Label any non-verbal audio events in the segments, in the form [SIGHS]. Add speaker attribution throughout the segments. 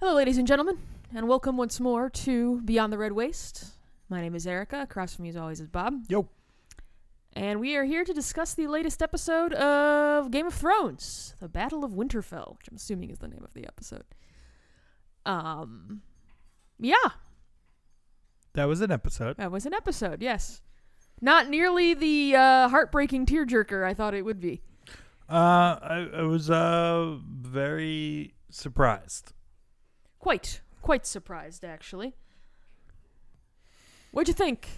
Speaker 1: Hello, ladies and gentlemen, and welcome once more to Beyond the Red Waste. My name is Erica. Across from me, as always, is Bob.
Speaker 2: Yo.
Speaker 1: And we are here to discuss the latest episode of Game of Thrones, The Battle of Winterfell, which I'm assuming is the name of the episode. Um, yeah,
Speaker 2: That was an episode.
Speaker 1: that was an episode, yes. Not nearly the uh, heartbreaking tearjerker I thought it would be.
Speaker 2: Uh, I, I was uh very surprised.
Speaker 1: Quite, quite surprised, actually. What'd you think?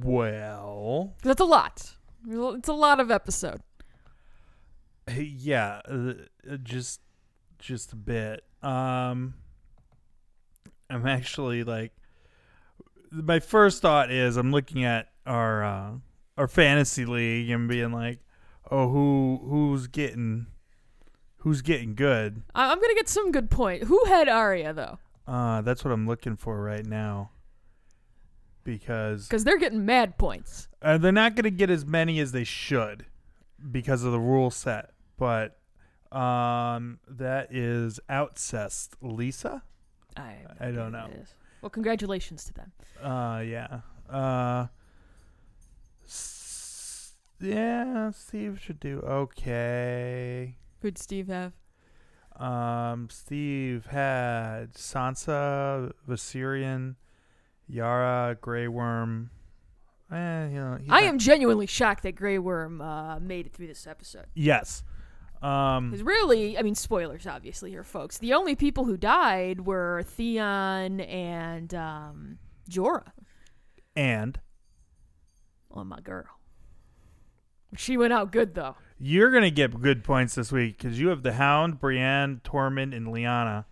Speaker 2: Well,
Speaker 1: 'Cause That's a lot. It's a lot of episode.
Speaker 2: yeah, uh, uh, just just a bit. Um, I'm actually like, my first thought is I'm looking at our uh, our fantasy league and being like, oh, who who's getting who's getting good?
Speaker 1: I- I'm gonna get some good point. Who had Arya though?
Speaker 2: Uh, that's what I'm looking for right now. Because
Speaker 1: Because they're getting mad points.
Speaker 2: Uh, they're not going to get as many as they should because of the rule set, but um, that is Outcest Lisa.
Speaker 1: I,
Speaker 2: I don't know.
Speaker 1: Well, congratulations to them.
Speaker 2: Uh, yeah. Uh, s- yeah, Steve should do okay.
Speaker 1: Who'd Steve have?
Speaker 2: Um, Steve had Sansa, Viserion, Yara, Grey Worm. Eh, you know, he's
Speaker 1: I
Speaker 2: not-
Speaker 1: am genuinely shocked that Grey Worm uh, made it through this episode.
Speaker 2: Yes. Um,
Speaker 1: Because really, I mean, spoilers obviously here, folks. The only people who died were Theon and um, Jorah.
Speaker 2: and
Speaker 1: Oh my girl. She went out good though.
Speaker 2: You're gonna get good points this week because you have the Hound, Brienne, Tormund, and Liana.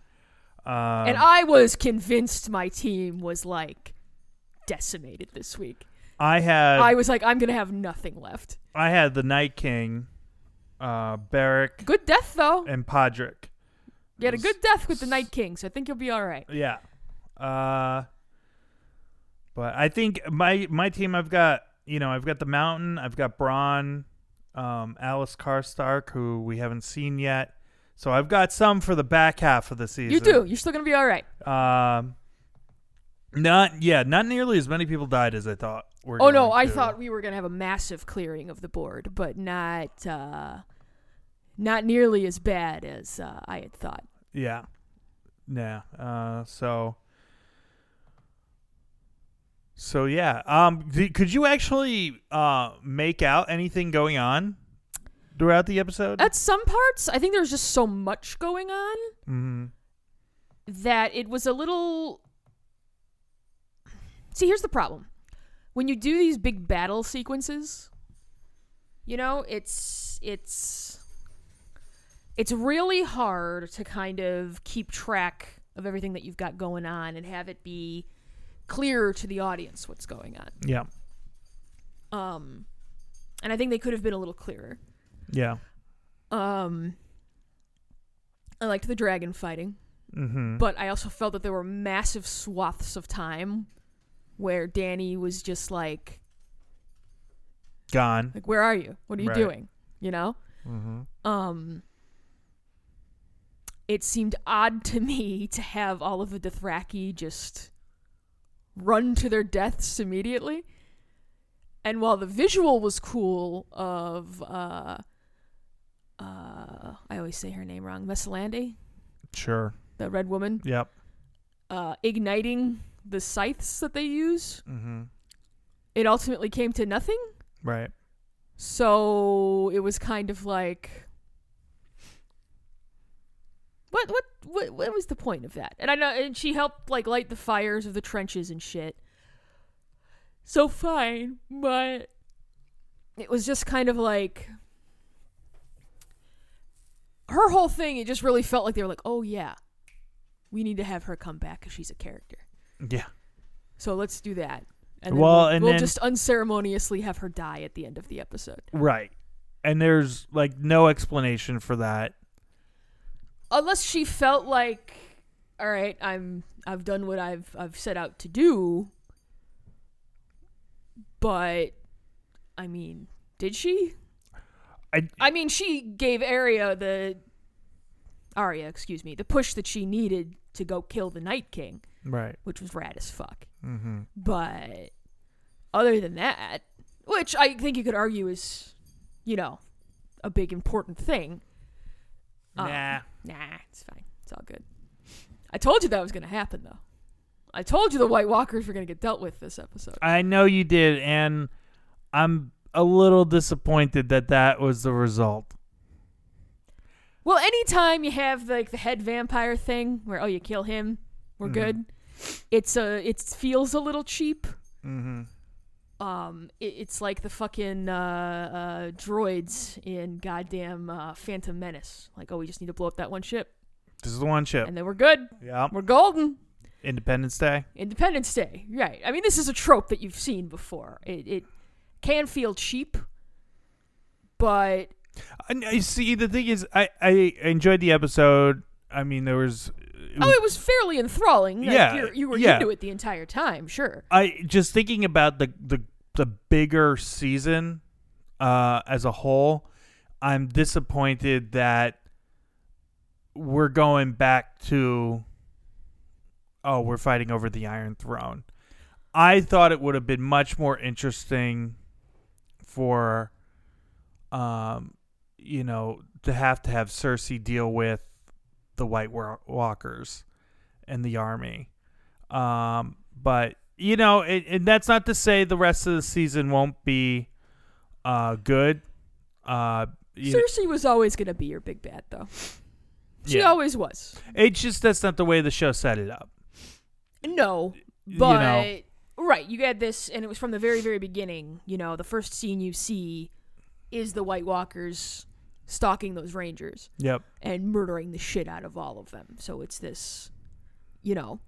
Speaker 2: Um,
Speaker 1: and I was convinced my team was like decimated this week.
Speaker 2: I had
Speaker 1: I
Speaker 2: I,
Speaker 1: was like, I'm gonna have nothing left.
Speaker 2: had the Night King, uh, Beric,
Speaker 1: Good death though.
Speaker 2: and Podrick.
Speaker 1: You had a good death with the Night King, so I think you'll be all right.
Speaker 2: Yeah. Uh, but I think my my team I've got you know I've got the Mountain, I've got Braun, um, Alice Karstark, who we haven't seen yet. So I've got some for the back half of the season.
Speaker 1: You do. You're still gonna be all right.
Speaker 2: Um, not yeah, not nearly as many people died as I thought. Were
Speaker 1: Oh no,
Speaker 2: going
Speaker 1: I
Speaker 2: to.
Speaker 1: thought we were gonna have a massive clearing of the board, but not uh, not nearly as bad as uh, I had thought.
Speaker 2: Yeah, yeah. Uh, so, so yeah. Um, th- could you actually uh make out anything going on throughout the episode?
Speaker 1: At some parts, I think there was just so much going on
Speaker 2: hmm
Speaker 1: that it was a little. See, here's the problem. When you do these big battle sequences, you know, it's it's it's really hard to kind of keep track of everything that you've got going on and have it be clear to the audience what's going on.
Speaker 2: Yeah,
Speaker 1: Um and I think they could have been a little clearer.
Speaker 2: yeah.
Speaker 1: Um I liked the dragon fighting.
Speaker 2: Mm-hmm.
Speaker 1: but I also felt that there were massive swaths of time where Danny was just like,
Speaker 2: Gone.
Speaker 1: like, where are you? What are you
Speaker 2: Right.
Speaker 1: doing? You know?
Speaker 2: Mm-hmm.
Speaker 1: Um it seemed odd to me [LAUGHS] to have all of the Dothraki just run to their deaths immediately. And while the visual was cool of uh uh I always say her name wrong, Messalandi,
Speaker 2: Sure.
Speaker 1: the red woman,
Speaker 2: Yep.
Speaker 1: uh igniting the scythes that they use.
Speaker 2: Mm-hmm.
Speaker 1: it ultimately came to nothing.
Speaker 2: Right.
Speaker 1: So it was kind of like what what what what was the point of that? And I know and she helped like light the fires of the trenches and shit. So fine, but it was just kind of like her whole thing it just really felt like they were like, "Oh yeah. We need to have her come back cuz she's a character."
Speaker 2: Yeah.
Speaker 1: So let's do that. And then
Speaker 2: Well,
Speaker 1: we'll,
Speaker 2: and
Speaker 1: we'll
Speaker 2: then-
Speaker 1: just unceremoniously have her die at the end of the episode.
Speaker 2: Right. And there's like no explanation for that.
Speaker 1: Unless she felt like, all right, I'm I've done what I've I've set out to do. But I mean, did she?
Speaker 2: I
Speaker 1: I mean, she gave Arya the Arya, excuse me, the push that she needed to go kill the Night King,
Speaker 2: Right.
Speaker 1: which was rad as fuck.
Speaker 2: Mm-hmm.
Speaker 1: But other than that, which I think you could argue is, you know, a big important thing. Um,
Speaker 2: nah.
Speaker 1: Nah, it's fine. It's all good. I told you that was going to happen, though. I told you the White Walkers were going to get dealt with this episode.
Speaker 2: I know you did, and I'm a little disappointed that that was the result.
Speaker 1: Well, anytime you have like the head vampire thing where oh you kill him, we're
Speaker 2: Mhm.
Speaker 1: good. It's a it feels a little cheap.
Speaker 2: Mm-hmm.
Speaker 1: Um, it, it's like the fucking uh, uh, droids in goddamn uh, Phantom Menace. Like oh we just need to blow up that one ship
Speaker 2: This is the one chip.
Speaker 1: and then we're good.
Speaker 2: Yeah.
Speaker 1: We're golden.
Speaker 2: Independence Day.
Speaker 1: Independence Day, right? I mean this is a trope that you've seen before. It it can feel cheap, but
Speaker 2: I I see. The thing is, I I enjoyed the episode. I mean, there was. it
Speaker 1: oh it was fairly enthralling. Like,
Speaker 2: Mm. Yeah,
Speaker 1: you're, you were
Speaker 2: yeah.
Speaker 1: into it the entire time, sure.
Speaker 2: I just thinking about the the the bigger season uh, as a whole. I'm disappointed that we're going back to oh, we're fighting over the Iron Throne. I thought it would have been much more interesting for um you know to have to have Cersei deal with the White Wa- Walkers and the army. Um, but you know, it, and that's not to say the rest of the season won't be uh, good. Uh, you know,
Speaker 1: Cersei was always going to be your big bad, though. She
Speaker 2: Yeah.
Speaker 1: always was.
Speaker 2: it's just that's not the way the show set it up.
Speaker 1: No,
Speaker 2: You
Speaker 1: but
Speaker 2: know.
Speaker 1: right, you got this, and it was from the very, very beginning. You know, the first scene you see is the White Walkers stalking those Rangers
Speaker 2: Yep.
Speaker 1: and murdering the shit out of all of them. So it's this, you know.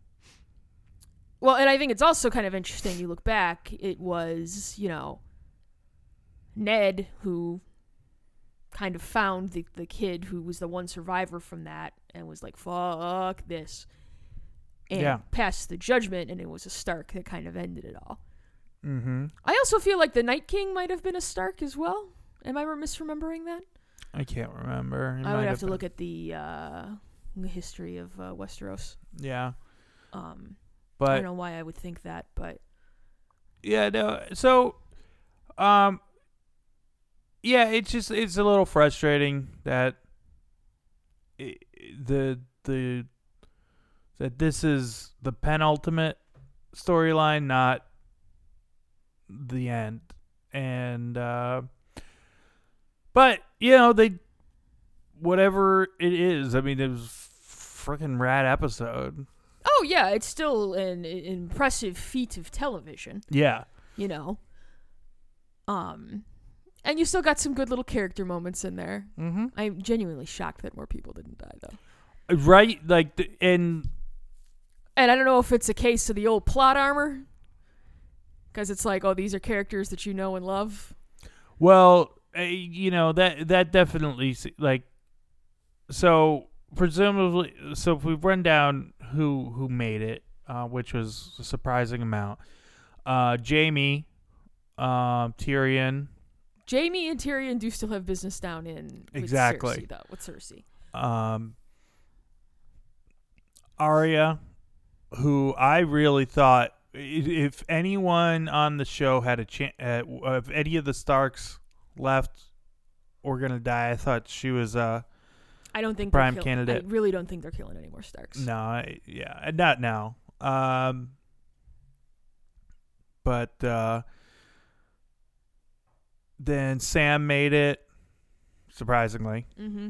Speaker 1: Well, and I think it's also kind of interesting. You look back, it was, you know, Ned who kind of found the, the kid who was the one survivor from that and was like, fuck this. And
Speaker 2: Yeah.
Speaker 1: passed the judgment, and it was a Stark that kind of ended it all.
Speaker 2: Mm-hmm.
Speaker 1: I also feel like the Night King might have been a Stark as well. Am I misremembering that?
Speaker 2: I can't remember. It
Speaker 1: I
Speaker 2: might
Speaker 1: would have to look at the uh, the history of uh, Westeros.
Speaker 2: been- Yeah,
Speaker 1: Um, I
Speaker 2: but
Speaker 1: don't know why I would think that, but
Speaker 2: yeah, no. So, um, yeah, it's just it's a little frustrating that i the the that this is the penultimate storyline, not the end. And uh, but you know they whatever it is. I mean, it was freaking rad episode.
Speaker 1: oh yeah, it's still an, an impressive feat of television,
Speaker 2: Yeah.
Speaker 1: you know. Um, and you still got some good little character moments in there.
Speaker 2: Mm-hmm.
Speaker 1: I'm genuinely shocked that more people didn't die though.
Speaker 2: Right, like, the, and
Speaker 1: And I don't know if it's a case of the old plot armor, because it's like, oh, these are characters that you know and love.
Speaker 2: Well, uh, you know that that definitely se- like so presumably so if we run down who who made it, uh, which was a surprising amount. Uh, Jamie, um, Tyrion,
Speaker 1: Jamie and Tyrion do still have business down in with
Speaker 2: Exactly.
Speaker 1: Cersei, though. With Cersei,
Speaker 2: um, Arya, who I really thought i- if anyone on the show had a chance, uh, if any of the Starks left were gonna die, I thought she was uh.
Speaker 1: I don't think
Speaker 2: Prime
Speaker 1: they're kill-
Speaker 2: candidate.
Speaker 1: I really don't think they're killing any more Starks.
Speaker 2: No, I, yeah, uh, not now. Um, but uh, then Sam made it, surprisingly,
Speaker 1: Mm-hmm.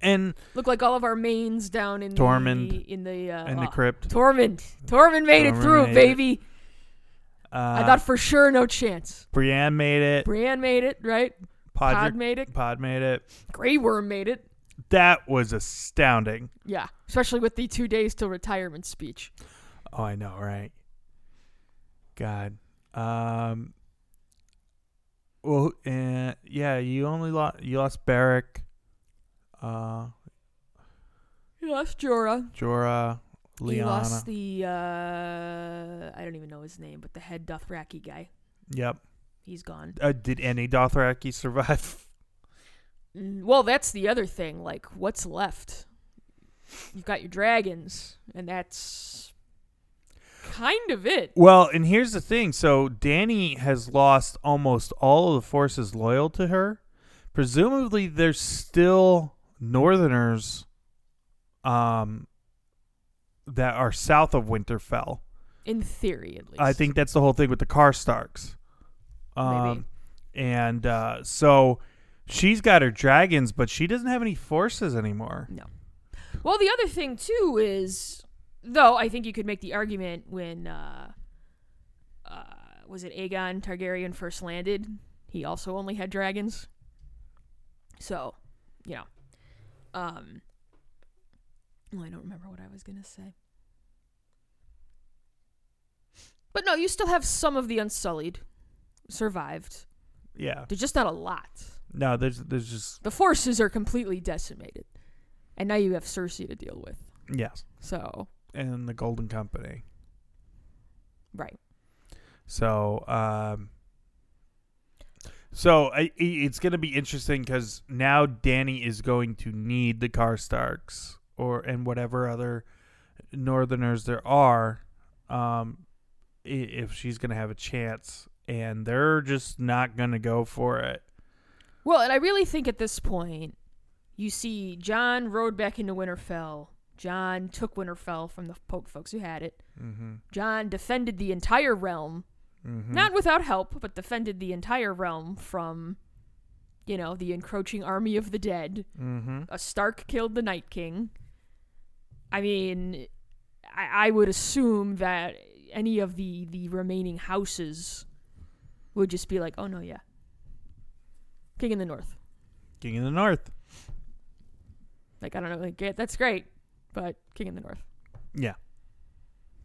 Speaker 2: and
Speaker 1: Look like all of our mains down in the
Speaker 2: Tormund.
Speaker 1: in the uh,
Speaker 2: in the
Speaker 1: oh,
Speaker 2: crypt.
Speaker 1: Tormund. Tormund made it
Speaker 2: Tormund
Speaker 1: through,
Speaker 2: made it.
Speaker 1: baby.
Speaker 2: Uh,
Speaker 1: I thought for sure no chance.
Speaker 2: Brienne made it.
Speaker 1: Brienne made it, right? Pod,
Speaker 2: Podrick,
Speaker 1: made it.
Speaker 2: Pod made it.
Speaker 1: Grey Worm made it.
Speaker 2: That was astounding.
Speaker 1: Yeah, especially with the two days till retirement speech.
Speaker 2: Oh, I know, right? God. Um. Well, and yeah, you only lost. You lost Barrick. Uh.
Speaker 1: He lost Jorah.
Speaker 2: Jorah, Liana.
Speaker 1: He lost the uh, I don't even know his name, but the head Dothraki guy.
Speaker 2: yep.
Speaker 1: He's gone.
Speaker 2: [LAUGHS] Uh, did any Dothraki survive?
Speaker 1: Mm, Well, that's the other thing. Like, what's left? You've got your dragons, and that's kind of it.
Speaker 2: Well, and here's the thing. So Danny has lost almost all of the forces loyal to her. Presumably, there's still Northerners, um, that are south of Winterfell.
Speaker 1: In theory, at least.
Speaker 2: I think that's the whole thing with the Karstarks. Um, and uh, so she's got her dragons, but she doesn't have any forces anymore.
Speaker 1: No. Well, the other thing too is, though, I think you could make the argument when uh, uh, was it Aegon Targaryen first landed? He also only had dragons. So, you know, um, well, I don't remember what I was gonna say. But no, you still have some of the Unsullied survived.
Speaker 2: Yeah.
Speaker 1: There's just not a lot.
Speaker 2: No, there's there's just
Speaker 1: The forces are completely decimated, and now you have Cersei to deal with.
Speaker 2: yes,
Speaker 1: So,
Speaker 2: and the Golden Company.
Speaker 1: right.
Speaker 2: So, um, so I, i- it's going to be interesting because now Danny is going to need the Karstarks or and whatever other Northerners there are, um, i- if she's going to have a chance, and they're just not going to go for it.
Speaker 1: Well, and I really think at this point, you see John rode back into Winterfell. John took Winterfell from the poke folks who had it.
Speaker 2: Mm-hmm.
Speaker 1: John defended the entire realm,
Speaker 2: Mm-hmm.
Speaker 1: not without help, but defended the entire realm from, you know, the encroaching army of the dead.
Speaker 2: mm-hmm.
Speaker 1: A Stark killed the Night King. I mean, I, I would assume that any of the the remaining houses would just be like, oh no, yeah, King in the North.
Speaker 2: King of the North.
Speaker 1: Like I don't know, like yeah, that's great, but King in the North.
Speaker 2: Yeah.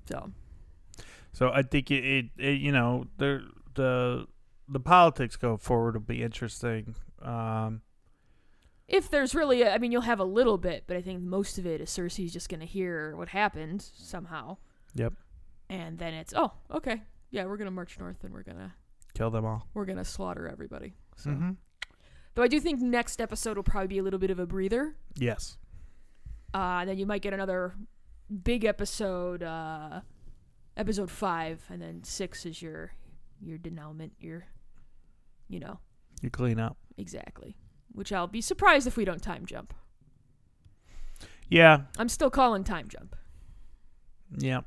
Speaker 1: So
Speaker 2: So I think it, it, it you know, the the the politics going forward will be interesting. Um,
Speaker 1: if there's really, a, I mean, you'll have a little bit, but I think most of it is Cersei's just gonna hear what happened somehow.
Speaker 2: Yep.
Speaker 1: And then it's oh okay, yeah, we're gonna march north and we're gonna
Speaker 2: kill them all.
Speaker 1: we're gonna slaughter everybody. So
Speaker 2: Mm-hmm.
Speaker 1: though I do think next episode will probably be a little bit of a breather.
Speaker 2: Yes.
Speaker 1: Uh, then you might get another big episode, uh, episode five, and then six is your your denouement, your you know
Speaker 2: You clean up.
Speaker 1: Exactly. Which I'll be surprised if we don't time jump.
Speaker 2: Yeah.
Speaker 1: I'm still calling time jump.
Speaker 2: Yeah.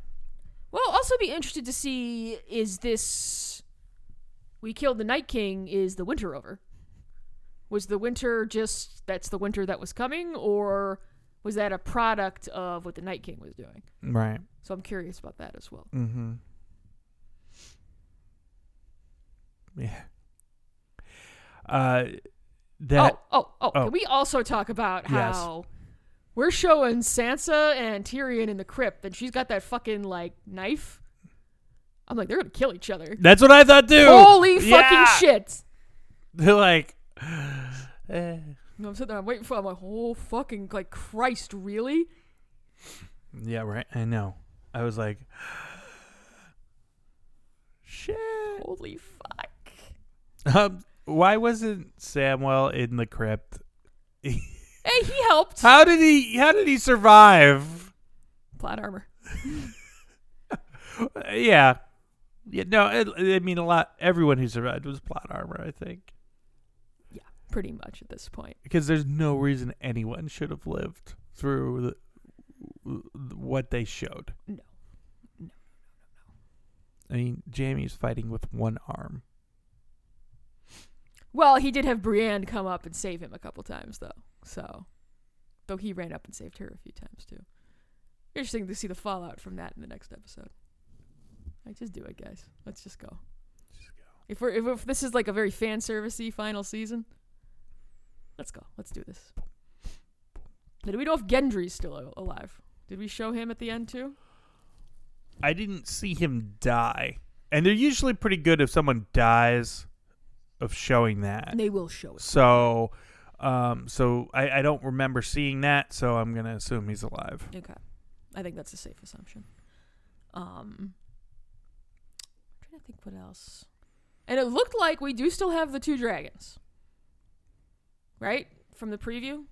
Speaker 1: Well, also be interested to see is this we killed the Night King is the winter over? Was the winter just that's the winter that was coming or was that a product of what the Night King was doing?
Speaker 2: Right.
Speaker 1: So I'm curious about that as well.
Speaker 2: Mm-hmm. Yeah. Uh, that
Speaker 1: oh, oh, oh,
Speaker 2: oh.
Speaker 1: Can we also talk about
Speaker 2: Yes.
Speaker 1: how we're showing Sansa and Tyrion in the crypt and she's got that fucking like knife? I'm like, they're gonna kill each other.
Speaker 2: that's what I thought too.
Speaker 1: Holy
Speaker 2: Yeah!
Speaker 1: fucking shit.
Speaker 2: They're [LAUGHS] like, [SIGHS] eh.
Speaker 1: And I'm sitting there, I'm waiting for I'm like, oh fucking like Christ, really?
Speaker 2: yeah, right. I know. I was like, [GASPS] shit.
Speaker 1: Holy fuck.
Speaker 2: Um, why wasn't Samuel in the crypt?
Speaker 1: Hey, he helped.
Speaker 2: [LAUGHS] How did he? How did he survive?
Speaker 1: Plaid armor.
Speaker 2: Uh, yeah. Yeah, no, it, I mean, a lot. Everyone who survived was plot armor, I think,
Speaker 1: Pretty much at this point.
Speaker 2: because there's no reason anyone should have lived through the, what they showed.
Speaker 1: No. No, no,
Speaker 2: I mean, Jamie's fighting with one arm.
Speaker 1: Well, he did have Brienne come up and save him a couple times though. So though he ran up and saved her a few times too. Interesting to see the fallout from that in the next episode. Like just do it, guys. Let's just go.
Speaker 2: Just go.
Speaker 1: If we're if, if this is like a very fan servicey final season, let's go. Let's do this. Now, do we know if Gendry's still a- alive? Did we show him at the end too?
Speaker 2: I didn't see him die, and they're usually pretty good if someone dies, of showing that.
Speaker 1: They will show us.
Speaker 2: So, um, so I, I don't remember seeing that. So I'm gonna assume he's alive.
Speaker 1: Okay, I think that's a safe assumption. Um, I'm trying to think what else. And it looked like we do still have the two dragons, right? from the preview.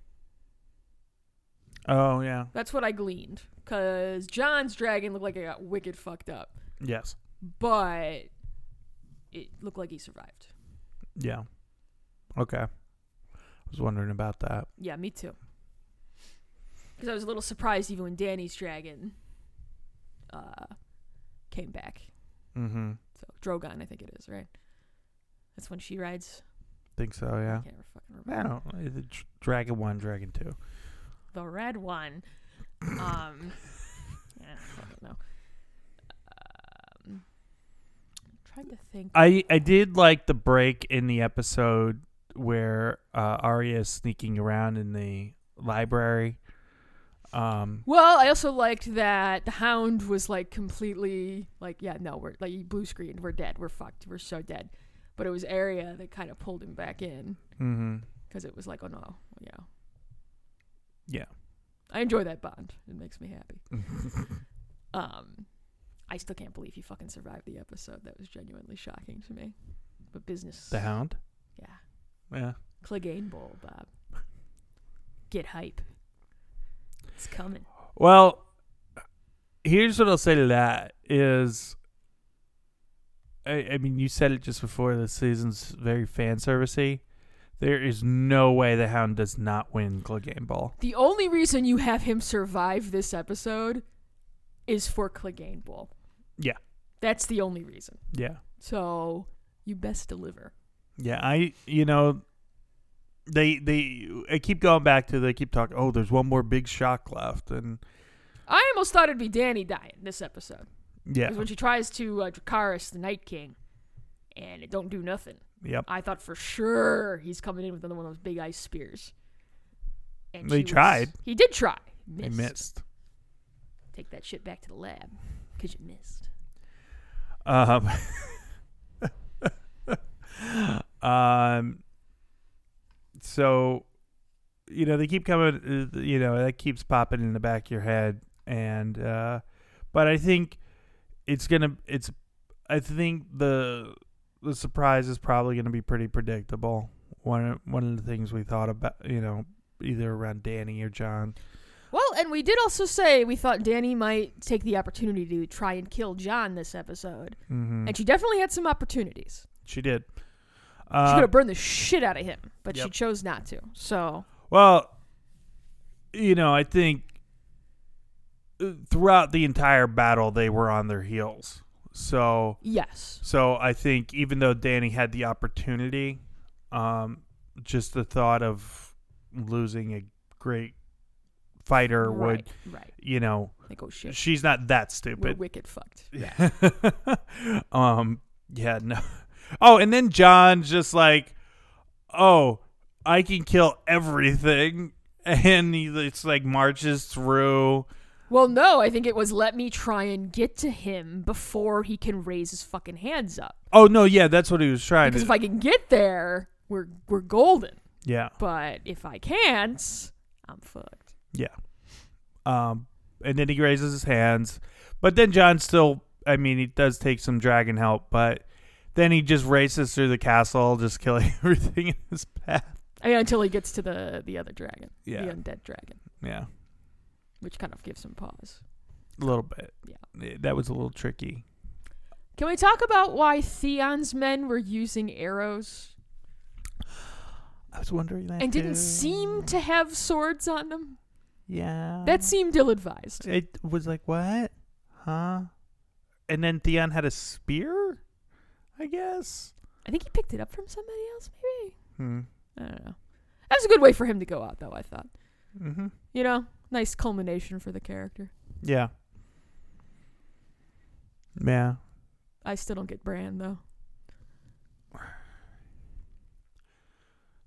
Speaker 2: Oh yeah.
Speaker 1: That's what I gleaned. Because John's dragon looked like it got wicked fucked up.
Speaker 2: Yes.
Speaker 1: But it looked like he survived.
Speaker 2: Yeah. Okay. I was wondering about that.
Speaker 1: Yeah, me too. Because I was a little surprised even when Danny's dragon uh, came back.
Speaker 2: Mm-hmm.
Speaker 1: So Drogon, I think it is, right? That's when she rides.
Speaker 2: Think so. Yeah.
Speaker 1: I can't fucking remember.
Speaker 2: I don't. uh, the dr- Dragon one, dragon two.
Speaker 1: the red one. Um, [COUGHS] yeah, I don't know. Um, I'm trying to think.
Speaker 2: I I did like the break in the episode where uh, Arya is sneaking around in the library. Um.
Speaker 1: Well, I also liked that the Hound was like completely like, yeah, no, we're like he blue screened, we're dead, we're fucked, we're so dead. But it was Arya that kind of pulled him back in
Speaker 2: Mm-hmm.
Speaker 1: because it was like, oh no, well, yeah,
Speaker 2: Yeah.
Speaker 1: I enjoy that bond. It makes me happy. um, I still can't believe he fucking survived the episode. That was genuinely shocking to me. But business,
Speaker 2: [LAUGHS] The Hound.
Speaker 1: yeah.
Speaker 2: Yeah.
Speaker 1: Clegane Bowl, Bob. Get hype. It's coming.
Speaker 2: Well, here's what I'll say to that is, I, I mean, you said it just before. The season's very fan servicey. There is no way the Hound does not win Clegane Ball.
Speaker 1: The only reason you have him survive this episode is for Clegane Bowl.
Speaker 2: Yeah.
Speaker 1: That's the only reason.
Speaker 2: Yeah,
Speaker 1: So you best deliver.
Speaker 2: yeah. I you know, they they I keep going back to they keep talking. Oh, there's one more big shock left, and
Speaker 1: I almost thought it'd be Danny dying this episode.
Speaker 2: yeah,
Speaker 1: Because when she tries to uh, Dracarys, the Night King, and it don't do nothing.
Speaker 2: yep.
Speaker 1: I thought for sure he's coming in with another one of those big ice spears. And
Speaker 2: They
Speaker 1: she was-
Speaker 2: tried.
Speaker 1: He did try.
Speaker 2: They
Speaker 1: Missed.
Speaker 2: missed.
Speaker 1: Take that shit back to the lab because you missed.
Speaker 2: Um, [LAUGHS] um, so, you know, they keep coming, uh, you know, that keeps popping in the back of your head. And, uh, but I think it's going to, it's, I think the, the surprise is probably going to be pretty predictable. One, of- one of the things we thought about, you know, either around Danny or John.
Speaker 1: Well, and we did also say we thought Danny might take the opportunity to try and kill John this episode,
Speaker 2: Mm-hmm.
Speaker 1: and she definitely had some opportunities.
Speaker 2: She did.
Speaker 1: she
Speaker 2: Uh,
Speaker 1: could have burned the shit out of him, but she
Speaker 2: Yep.
Speaker 1: chose not to. So
Speaker 2: Well, you know, I think uh, throughout the entire battle they were on their heels. So,
Speaker 1: yes,
Speaker 2: so I think even though Danny had the opportunity, um, just the thought of losing a great fighter would,
Speaker 1: right, right.
Speaker 2: you know,
Speaker 1: Like oh shit,
Speaker 2: she's not that
Speaker 1: we're
Speaker 2: stupid.
Speaker 1: wicked fucked.
Speaker 2: Yeah. [LAUGHS] um. Yeah. No. [LAUGHS] Oh, and then John's just like, "Oh, I can kill everything," [LAUGHS] and he it's like marches through.
Speaker 1: Well, no, I think it was let me try and get to him before he can raise his fucking hands up.
Speaker 2: Oh no, yeah, that's what he was trying
Speaker 1: Because
Speaker 2: to.
Speaker 1: if I can get there, we're we're golden.
Speaker 2: yeah.
Speaker 1: But if I can't, I'm fucked.
Speaker 2: Yeah. Um. And then he raises his hands, but then John still. I mean, he does take some dragon help, but then he just races through the castle, just killing [LAUGHS] everything in his path.
Speaker 1: I mean, until he gets to the the other dragon,
Speaker 2: Yeah.
Speaker 1: the undead dragon,
Speaker 2: Yeah.
Speaker 1: which kind of gives him pause.
Speaker 2: A little bit.
Speaker 1: Yeah.
Speaker 2: Yeah, That was a little tricky.
Speaker 1: Can we talk about why Theon's men were using arrows
Speaker 2: I was wondering that.
Speaker 1: and didn't
Speaker 2: too.
Speaker 1: seem to have swords on them?
Speaker 2: Yeah.
Speaker 1: That seemed ill-advised.
Speaker 2: It was like what? Huh? And then Theon had a spear. I guess.
Speaker 1: I think he picked it up from somebody else, maybe.
Speaker 2: Hmm.
Speaker 1: I don't know. That was a good way for him to go out, though. I thought,
Speaker 2: Mm-hmm.
Speaker 1: you know, nice culmination for the character.
Speaker 2: Yeah. Yeah.
Speaker 1: I still don't get Bran though.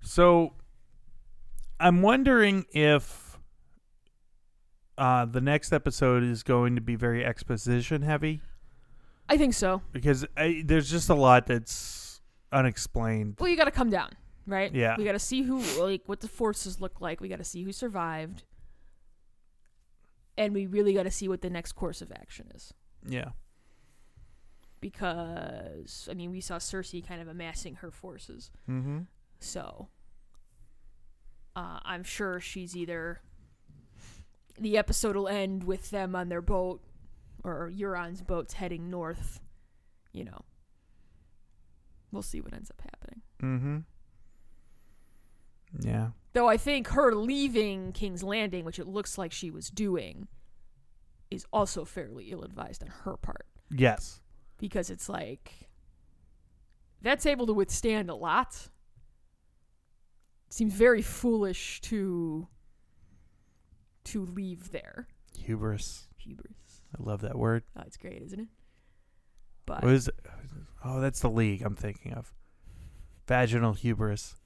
Speaker 2: So I'm wondering if uh, the next episode is going to be very exposition heavy
Speaker 1: I think so.
Speaker 2: because I, there's just a lot that's unexplained.
Speaker 1: Well, you got to come down, right?
Speaker 2: Yeah.
Speaker 1: We got to see who, like, what the forces look like. We got to see who survived. And we really got to see what the next course of action is.
Speaker 2: Yeah.
Speaker 1: Because, I mean, we saw Cersei kind of amassing her forces.
Speaker 2: Mm-hmm.
Speaker 1: So, Uh, I'm sure she's either. The episode will end with them on their boat, or Euron's boat's heading north. You know. We'll see what ends up happening.
Speaker 2: Mm-hmm. Yeah.
Speaker 1: Though I think her leaving King's Landing, which it looks like she was doing, is also fairly ill advised on her part.
Speaker 2: Yes.
Speaker 1: Because it's like. That's able to withstand a lot. Seems very foolish to. to leave there.
Speaker 2: Hubris.
Speaker 1: Hubris.
Speaker 2: I love that word.
Speaker 1: Oh, it's great, isn't it? But.
Speaker 2: What is it? Oh, that's the league I'm thinking of. Vaginal hubris.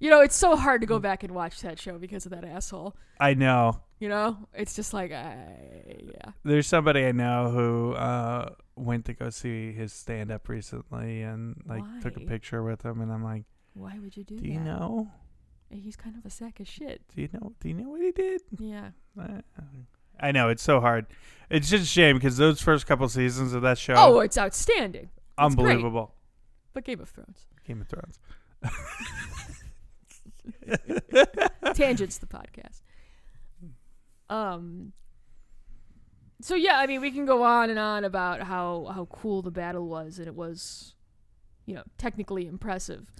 Speaker 1: You know, it's so hard to go back and watch that show because of that asshole.
Speaker 2: I know.
Speaker 1: You know, it's just like, I yeah.
Speaker 2: There's somebody I know who uh, went to go see his stand up recently and like took a
Speaker 1: Why?
Speaker 2: picture with him and I'm like,
Speaker 1: Why would you do,
Speaker 2: Do you
Speaker 1: that?
Speaker 2: know?
Speaker 1: He's kind of a sack of shit.
Speaker 2: Do you know do you know what he did? [LAUGHS]
Speaker 1: Yeah.
Speaker 2: Uh, I know, it's so hard. It's just a shame because those first couple seasons of that show
Speaker 1: Oh, it's outstanding. it's great.
Speaker 2: unbelievable.
Speaker 1: But Game of
Speaker 2: [LAUGHS]
Speaker 1: Thrones.
Speaker 2: Game of Thrones. [LAUGHS]
Speaker 1: Tangents the podcast. Um. So yeah, I mean, we can go on and on about how how cool the battle was, and it was, you know, technically impressive.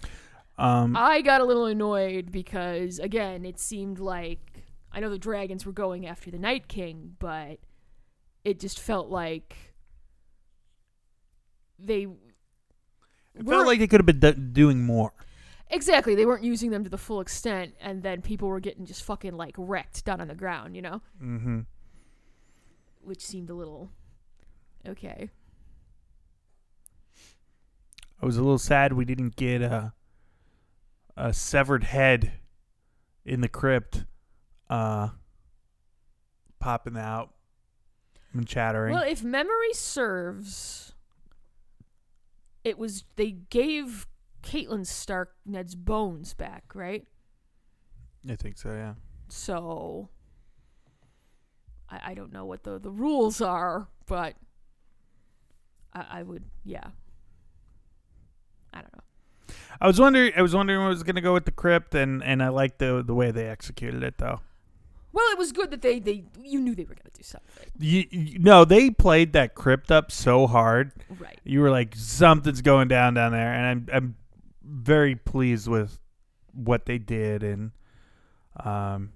Speaker 2: Um
Speaker 1: I got a little annoyed because again, it seemed like I know the dragons were going after the Night King, but it just felt like they
Speaker 2: it
Speaker 1: were-
Speaker 2: felt like they could have been do- doing more.
Speaker 1: exactly they weren't using them to the full extent, and then people were getting just fucking like wrecked down on the ground, you know,
Speaker 2: Mm-hmm.
Speaker 1: which seemed a little okay.
Speaker 2: I was a little sad we didn't get a a severed head in the crypt uh popping out and chattering.
Speaker 1: Well, if memory serves, it was they gave Caitlyn Stark Ned's bones back, right?
Speaker 2: I think so, yeah.
Speaker 1: So I, I don't know what the, the rules are, but I, I would yeah. I don't know.
Speaker 2: I was wondering I was wondering what was gonna go with the crypt and and I liked the the way they executed it though.
Speaker 1: Well, it was good that they, they you knew they were gonna do something.
Speaker 2: You, you no, they played that crypt up so hard.
Speaker 1: Right.
Speaker 2: You were like something's going down down there and I'm I'm very pleased with what they did and um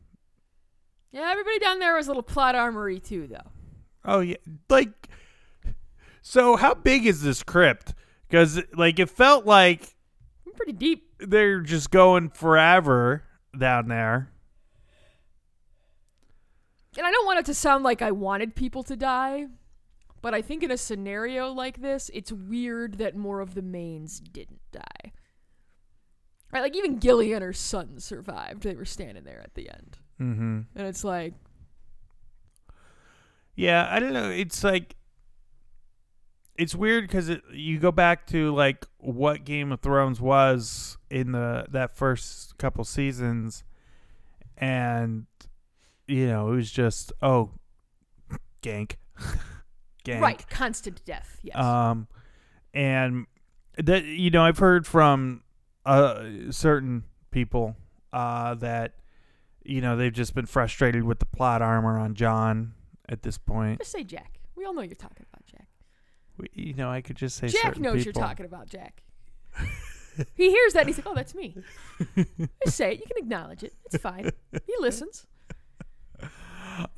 Speaker 1: Yeah, everybody down there was a little plot armory too though.
Speaker 2: Oh yeah, like so. How big is this crypt? Because like it felt like
Speaker 1: We're pretty deep.
Speaker 2: they're just going forever down there.
Speaker 1: And I don't want it to sound like I wanted people to die, but I think in a scenario like this, it's weird that more of the mains didn't die. Right, like even Gilly and her son survived. They were standing there at the end.
Speaker 2: Mm-hmm.
Speaker 1: And it's like,
Speaker 2: Yeah, I don't know. It's like it's weird because it, you go back to like what Game of Thrones was in the that first couple seasons, and you know it was just oh, gank, [LAUGHS] gank,
Speaker 1: right, constant death. Yes.
Speaker 2: Um, and that you know, I've heard from uh certain people uh that you know they've just been frustrated with the plot armor on John at this point.
Speaker 1: just say Jack. We all know you're talking about Jack.
Speaker 2: We- You know, I could just say
Speaker 1: Jack
Speaker 2: certain
Speaker 1: knows you're
Speaker 2: people.
Speaker 1: talking about Jack. he hears that and he's like, "Oh, that's
Speaker 2: [LAUGHS]
Speaker 1: me." just say it. You can acknowledge it. It's fine. He listens.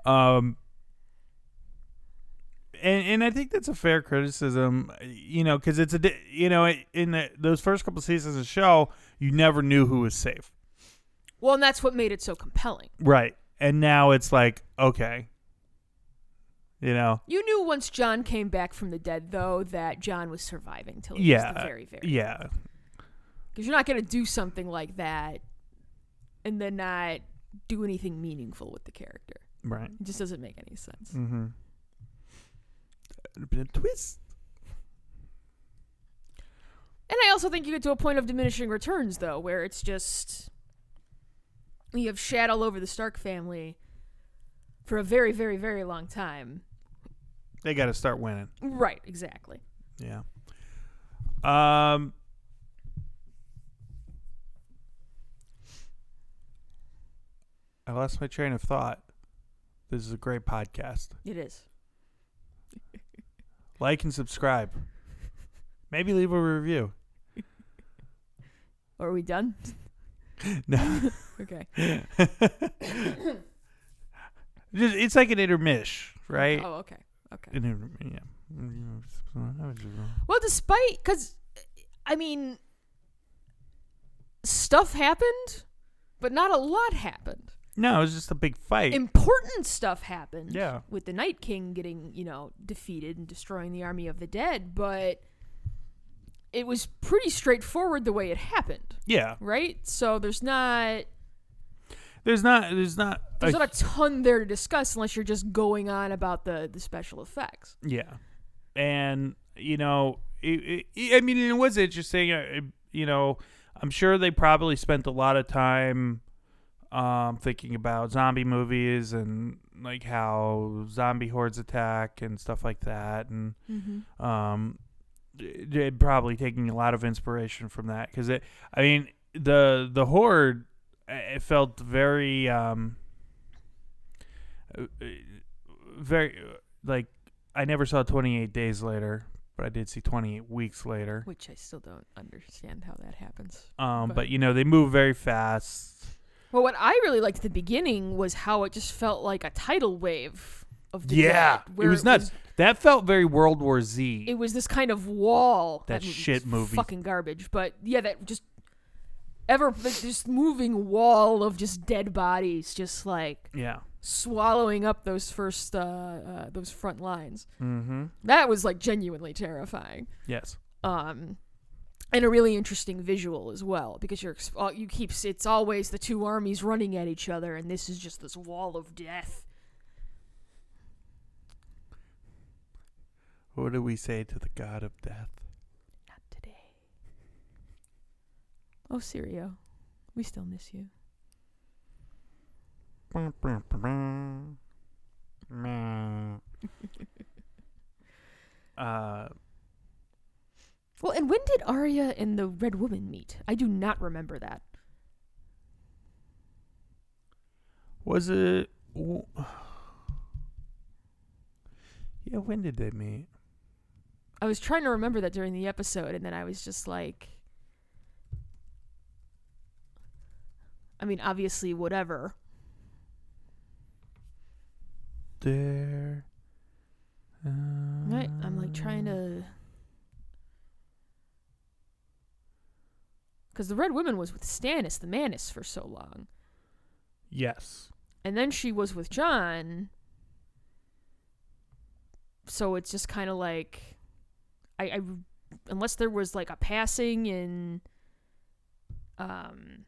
Speaker 2: Um, and and I think that's a fair criticism, you know, because it's a di- you know in the, those first couple seasons of the show, you never knew who was safe,
Speaker 1: Well, and that's what made it so compelling.
Speaker 2: right? And now it's like okay, you know,
Speaker 1: You knew once John came back from the dead, though, that John was surviving till he was
Speaker 2: yeah
Speaker 1: the very, very.
Speaker 2: yeah
Speaker 1: Because you're not going to do something like that, and then not do anything meaningful with the character.
Speaker 2: right
Speaker 1: It just doesn't make any sense.
Speaker 2: mm-hmm been a twist
Speaker 1: And I also think you get to a point of diminishing returns, though, where it's just you have shat all over the Stark family for a very, very, very long time.
Speaker 2: they got to start winning
Speaker 1: Right, exactly.
Speaker 2: yeah um I lost my train of thought. This is a great podcast.
Speaker 1: It is.
Speaker 2: Like and subscribe. Maybe leave a review.
Speaker 1: Are we done?
Speaker 2: [LAUGHS] No.
Speaker 1: [LAUGHS] Okay.
Speaker 2: Just, it's like an intermish, right?
Speaker 1: Oh, okay. Okay.
Speaker 2: An inter- yeah.
Speaker 1: Well, despite because I mean, stuff happened, but not a lot happened.
Speaker 2: No, it was just a big fight.
Speaker 1: Important stuff happened.
Speaker 2: Yeah.
Speaker 1: With the Night King getting you know defeated and destroying the army of the dead, but it was pretty straightforward the way it happened,
Speaker 2: yeah.
Speaker 1: right? So there's not
Speaker 2: There's not there's not a-
Speaker 1: there's not a ton there to discuss unless you're just going on about the the special effects.
Speaker 2: Yeah, and you know, it, it, I mean, it was interesting. uh, it- You know, I'm sure they probably spent a lot of time um, thinking about zombie movies and like how zombie hordes attack and stuff like that, and
Speaker 1: Mm-hmm.
Speaker 2: um, it- it probably taking a lot of inspiration from that because it. I mean, the the horde, uh, it felt very, um, uh, uh, very uh, like I never saw Twenty Eight Days Later, but I did see Twenty Eight Weeks Later.
Speaker 1: Which I still don't understand how that happens.
Speaker 2: Um,
Speaker 1: but-
Speaker 2: but you know they move very fast.
Speaker 1: Well, what I really liked at the beginning was how it just felt like a tidal wave of the
Speaker 2: Yeah,
Speaker 1: dead,
Speaker 2: it
Speaker 1: where
Speaker 2: was nuts. that felt very World War Z.
Speaker 1: it was this kind of wall.
Speaker 2: That
Speaker 1: movie's
Speaker 2: shit movie.
Speaker 1: fucking garbage. But yeah, that just ever this just moving wall of just dead bodies, just like
Speaker 2: yeah.
Speaker 1: swallowing up those first uh, uh those front lines.
Speaker 2: Mm-hmm.
Speaker 1: That was like genuinely terrifying.
Speaker 2: Yes.
Speaker 1: um, and a really interesting visual as well because you're ex- uh, you keep it's always the two armies running at each other, and this is just this wall of death.
Speaker 2: What do we say to the God of Death?
Speaker 1: Not today. Oh, Sirio, we still miss you. [LAUGHS]
Speaker 2: uh, Uh,
Speaker 1: Well, and when did Arya and the Red Woman meet? I do not remember that.
Speaker 2: was it? w- Yeah, when did they meet?
Speaker 1: I was trying to remember that during the episode, and then I was just like, I mean, obviously, whatever.
Speaker 2: There. Uh,
Speaker 1: Right? I'm like trying to. Because the Red Woman was with Stannis the Manus for so long.
Speaker 2: Yes.
Speaker 1: And then she was with John. So it's just kind of like. I, I. Unless there was like a passing in. Um.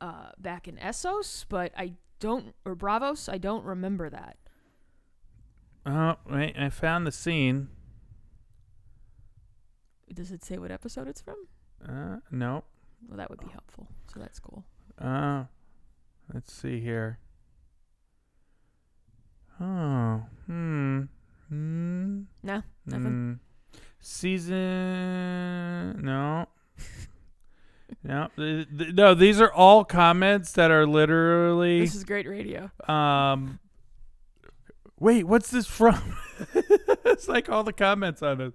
Speaker 1: Uh, back in Essos, but I don't. Or Bravos, I don't remember that.
Speaker 2: Oh, wait, I found the scene.
Speaker 1: Does it say what episode it's from?
Speaker 2: Uh, no.
Speaker 1: Well, that would be helpful. So that's cool.
Speaker 2: Uh, let's see here. Oh, hmm. Hmm.
Speaker 1: No, nothing.
Speaker 2: Hmm. Season. No.
Speaker 1: [LAUGHS]
Speaker 2: no. th- th- no, these are all comments that are literally.
Speaker 1: This is great radio.
Speaker 2: Um, wait, what's this from? [LAUGHS] it's like all the comments on it.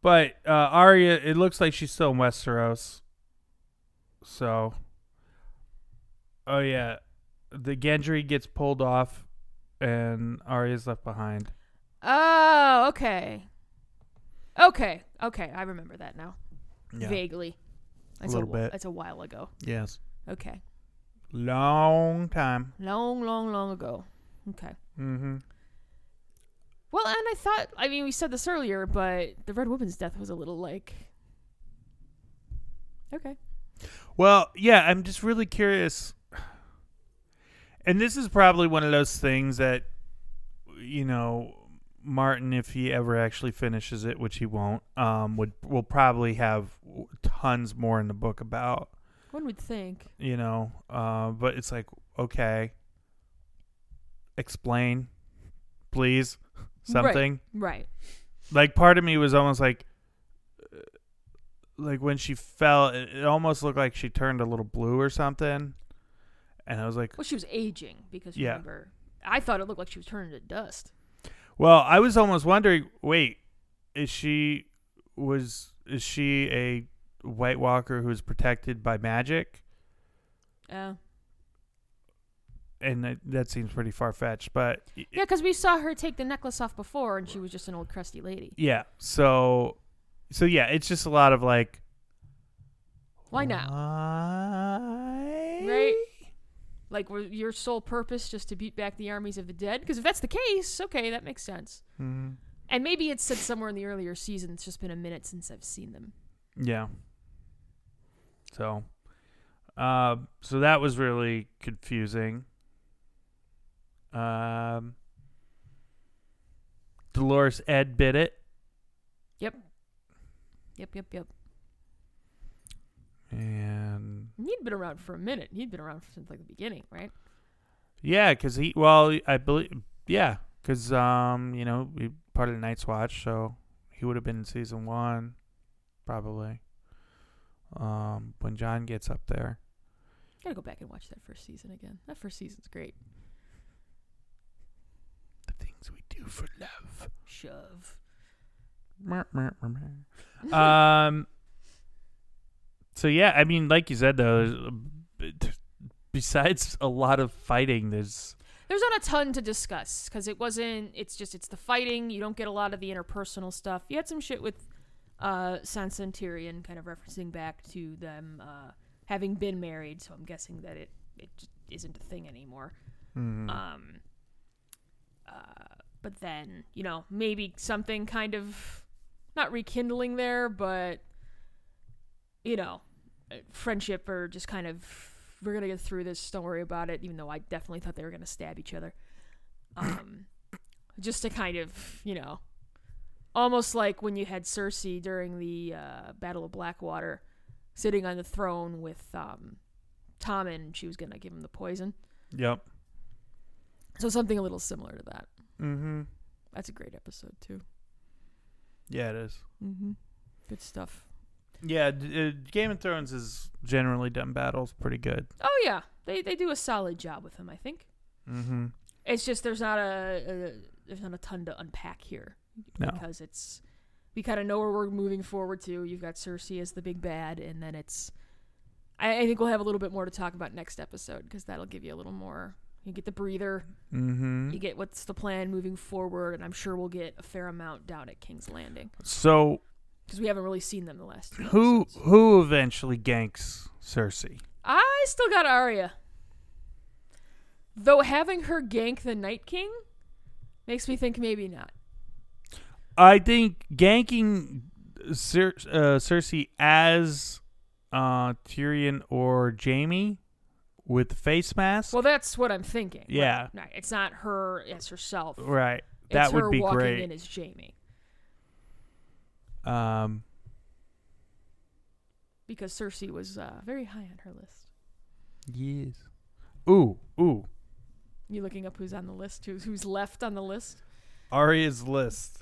Speaker 2: But uh, Arya, it looks like she's still in Westeros. So. Oh, yeah. The Gendry gets pulled off, and Arya's left behind.
Speaker 1: Oh, okay. Okay, okay. I remember that now. Vaguely. That's
Speaker 2: little
Speaker 1: wh-
Speaker 2: bit.
Speaker 1: That's a while ago.
Speaker 2: Yes.
Speaker 1: Okay.
Speaker 2: Long time.
Speaker 1: Long, long, long ago. Okay.
Speaker 2: Mm-hmm.
Speaker 1: Well, and I thought, I mean, we said this earlier, but the Red Woman's death was a little like. Okay.
Speaker 2: Well, yeah, I'm just really curious. And this is probably one of those things that, you know, Martin, if he ever actually finishes it, which he won't, um, would will probably have tons more in the book about,
Speaker 1: One would think.
Speaker 2: you know. Uh, but it's like, okay, explain, please,
Speaker 1: Right.
Speaker 2: something
Speaker 1: Right.
Speaker 2: like part of me was almost like uh, like when she fell it, it almost looked like she turned a little blue or something and I was like,
Speaker 1: Well, she was aging because
Speaker 2: Yeah.
Speaker 1: remember, I thought it looked like she was turning to dust.
Speaker 2: well, I was almost wondering, wait, is she was is she a White Walker who's protected by magic?
Speaker 1: Uh,
Speaker 2: And that, that seems pretty far fetched, but y-
Speaker 1: yeah, because we saw her take the necklace off before, and she was just an old crusty lady.
Speaker 2: yeah. So, so yeah, it's just a lot of like,
Speaker 1: Why now?
Speaker 2: Why?
Speaker 1: Right? Like, was your sole purpose just to beat back the armies of the dead? Because if that's the case, okay, that makes sense.
Speaker 2: Mhm.
Speaker 1: And maybe it's said somewhere in the earlier season. It's just been a minute since I've seen them.
Speaker 2: Yeah. So, uh, so that was really confusing. Um, Dolores Ed bit it.
Speaker 1: Yep, yep, yep.
Speaker 2: And
Speaker 1: And he'd been around for a minute. He'd been around since like the beginning, right?
Speaker 2: yeah, because he, well, I believe, yeah, because, um, you know, he part of the Night's Watch, so he would have been in season one, probably, um, when John gets up there.
Speaker 1: Gotta go back and watch that first season again. That first season's great.
Speaker 2: The things we do for love.
Speaker 1: Shove.
Speaker 2: um. So yeah, I mean, like you said though, there's, uh, b- t- besides a lot of fighting, there's
Speaker 1: There's not a ton to discuss because it wasn't. It's just it's the fighting. You don't get a lot of the interpersonal stuff. You had some shit with uh, Sansa and Tyrion, kind of referencing back to them uh, having been married. So I'm guessing that it it just isn't a thing anymore.
Speaker 2: Mm-hmm. Mm.
Speaker 1: Um. Uh, but then you know maybe something kind of not rekindling there, but you know uh, friendship or just kind of we're gonna get through this. Don't worry about it. Even though I definitely thought they were gonna stab each other. Um, [LAUGHS] just to kind of you know, almost like when you had Cersei during the uh, Battle of Blackwater, sitting on the throne with um, Tommen. She was gonna give him the poison.
Speaker 2: yep.
Speaker 1: So something a little similar to that.
Speaker 2: Mm-hmm.
Speaker 1: That's a great episode too.
Speaker 2: Yeah, it is.
Speaker 1: Mm-hmm. Good stuff.
Speaker 2: Yeah, d- uh, Game of Thrones has generally done battles pretty good.
Speaker 1: Oh yeah, they they do a solid job with him. I think
Speaker 2: Mm-hmm.
Speaker 1: it's just there's not a, a there's not a ton to unpack here.
Speaker 2: No.
Speaker 1: because it's we kind of know where we're moving forward to. You've got Cersei as the big bad, and then it's. I, I think we'll have a little bit more to talk about next episode because that'll give you a little more. You get the breather.
Speaker 2: Mm-hmm.
Speaker 1: You get what's the plan moving forward, and I'm sure we'll get a fair amount down at King's Landing
Speaker 2: So
Speaker 1: because we haven't really seen them the last. Two
Speaker 2: who
Speaker 1: episodes.
Speaker 2: who eventually ganks Cersei?
Speaker 1: I still got Arya. Though having her gank the Night King makes me think maybe not.
Speaker 2: I think ganking Cer- uh, Cersei as uh, Tyrion or Jamie with the face mask.
Speaker 1: Well, that's what I'm thinking.
Speaker 2: Yeah.
Speaker 1: Right. It's not her as herself.
Speaker 2: right.
Speaker 1: It's
Speaker 2: That
Speaker 1: her
Speaker 2: would be
Speaker 1: walking
Speaker 2: great.
Speaker 1: in as Jamie
Speaker 2: Um,
Speaker 1: because Cersei was uh, very high on her list.
Speaker 2: yes. Ooh, ooh.
Speaker 1: You looking up who's on the list? Who's who's left on the list?
Speaker 2: Arya's list.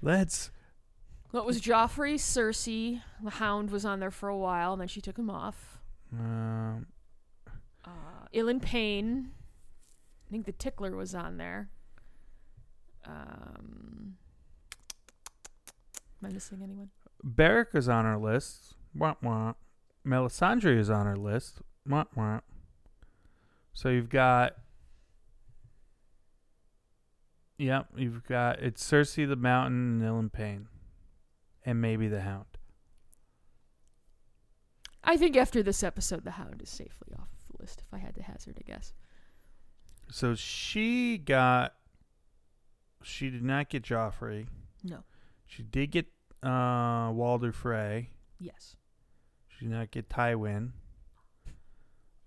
Speaker 2: Let's.
Speaker 1: Well, it was Joffrey, Cersei. The Hound was on there for a while, and then she took him off.
Speaker 2: Um,
Speaker 1: Uh, Ilan Payne. I think the Tickler was on there. Um, am I missing anyone?
Speaker 2: Barrack is on our list. Wah wah. Melisandre is on our list. Wah wah. So you've got. Yep, you've got it's Cersei the Mountain and Ilan Payne, and maybe the Hound.
Speaker 1: I think after this episode, the Hound is safely off the list. If I had to hazard a guess,
Speaker 2: So she got. She did not get Joffrey.
Speaker 1: no.
Speaker 2: She did get uh, Walder Frey.
Speaker 1: Yes,
Speaker 2: She did not get Tywin.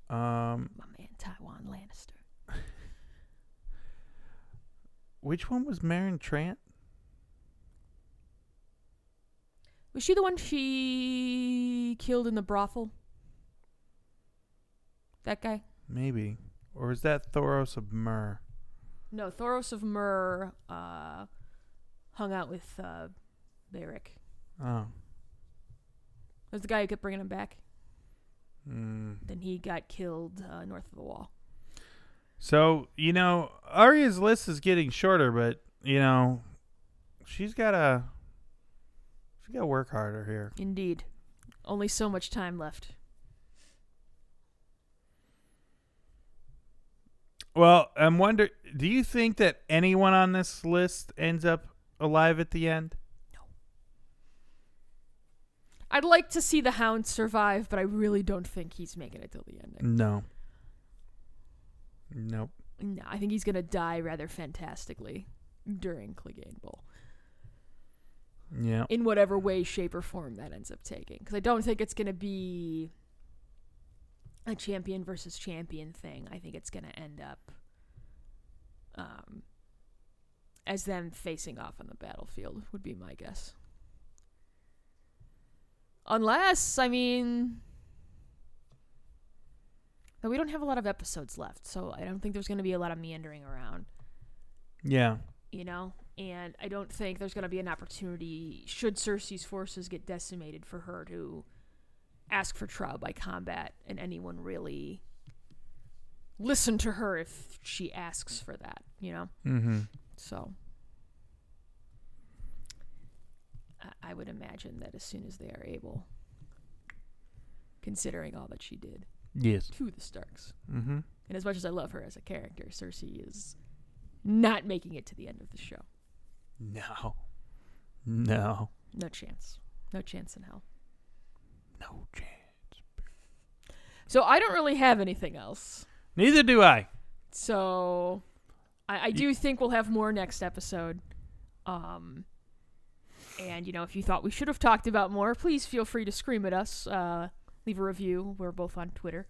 Speaker 2: Um,
Speaker 1: my man Tywin Lannister.
Speaker 2: which one was Marin Trant?
Speaker 1: Was she the one she killed in the brothel? That guy?
Speaker 2: Maybe, or is that Thoros of Myr?
Speaker 1: No, Thoros of Myr uh, hung out with uh, Beric.
Speaker 2: Oh,
Speaker 1: It was the guy who kept bringing him back.
Speaker 2: Mm.
Speaker 1: Then he got killed uh, north of the wall.
Speaker 2: So you know, Arya's list is getting shorter, but you know, she's gotta she gotta work harder here.
Speaker 1: Indeed. Only so much time left.
Speaker 2: Well, I'm wonder. Do you think that anyone on this list ends up alive at the end?
Speaker 1: I'd like to see the hound survive, but I really don't think he's making it till the end.
Speaker 2: No. Nope.
Speaker 1: No, I think he's gonna die rather fantastically during Clegane Bowl.
Speaker 2: Yeah.
Speaker 1: in whatever way, shape, or form that ends up taking. Because I don't think it's going to be a champion versus champion thing. I think it's going to end up um, as them facing off on the battlefield, would be my guess. Unless, I mean. But we don't have a lot of episodes left, so I don't think there's going to be a lot of meandering around
Speaker 2: Yeah.
Speaker 1: you know? And I don't think there's going to be an opportunity, should Cersei's forces get decimated, for her to ask for trial by combat and anyone really listen to her if she asks for that, you know?
Speaker 2: Mm-hmm.
Speaker 1: So. I- I would imagine that as soon as they are able, considering all that she did
Speaker 2: Yes.
Speaker 1: to the Starks.
Speaker 2: Mm-hmm.
Speaker 1: And as much as I love her as a character, Cersei is not making it to the end of the show.
Speaker 2: No. No.
Speaker 1: No chance. No chance in hell.
Speaker 2: No chance.
Speaker 1: So I don't really have anything else.
Speaker 2: Neither do I.
Speaker 1: So I, I do think we'll have more next episode. Um, and you know, if you thought we should have talked about more, please feel free to scream at us. Uh, leave a review. We're both on Twitter.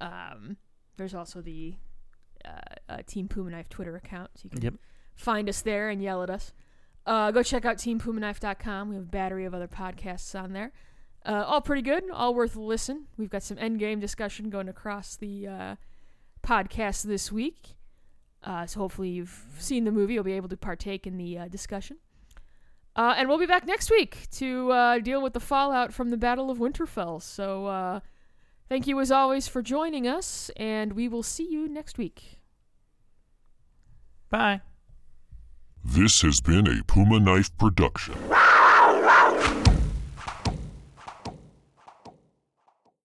Speaker 1: Um, there's also the uh, uh, Team Puma Knife Twitter account, so you can
Speaker 2: Yep.
Speaker 1: find us there and yell at us. Uh, go check out teampumaknife.com. We have a battery of other podcasts on there. Uh, all pretty good, all worth a listen. We've got some endgame discussion going across the uh, podcast this week. Uh, so hopefully you've seen the movie. You'll be able to partake in the uh, discussion. Uh, and we'll be back next week to uh, deal with the fallout from the Battle of Winterfell. So uh, thank you as always for joining us, and we will see you next week.
Speaker 2: Bye.
Speaker 3: This has been a Puma Knife production.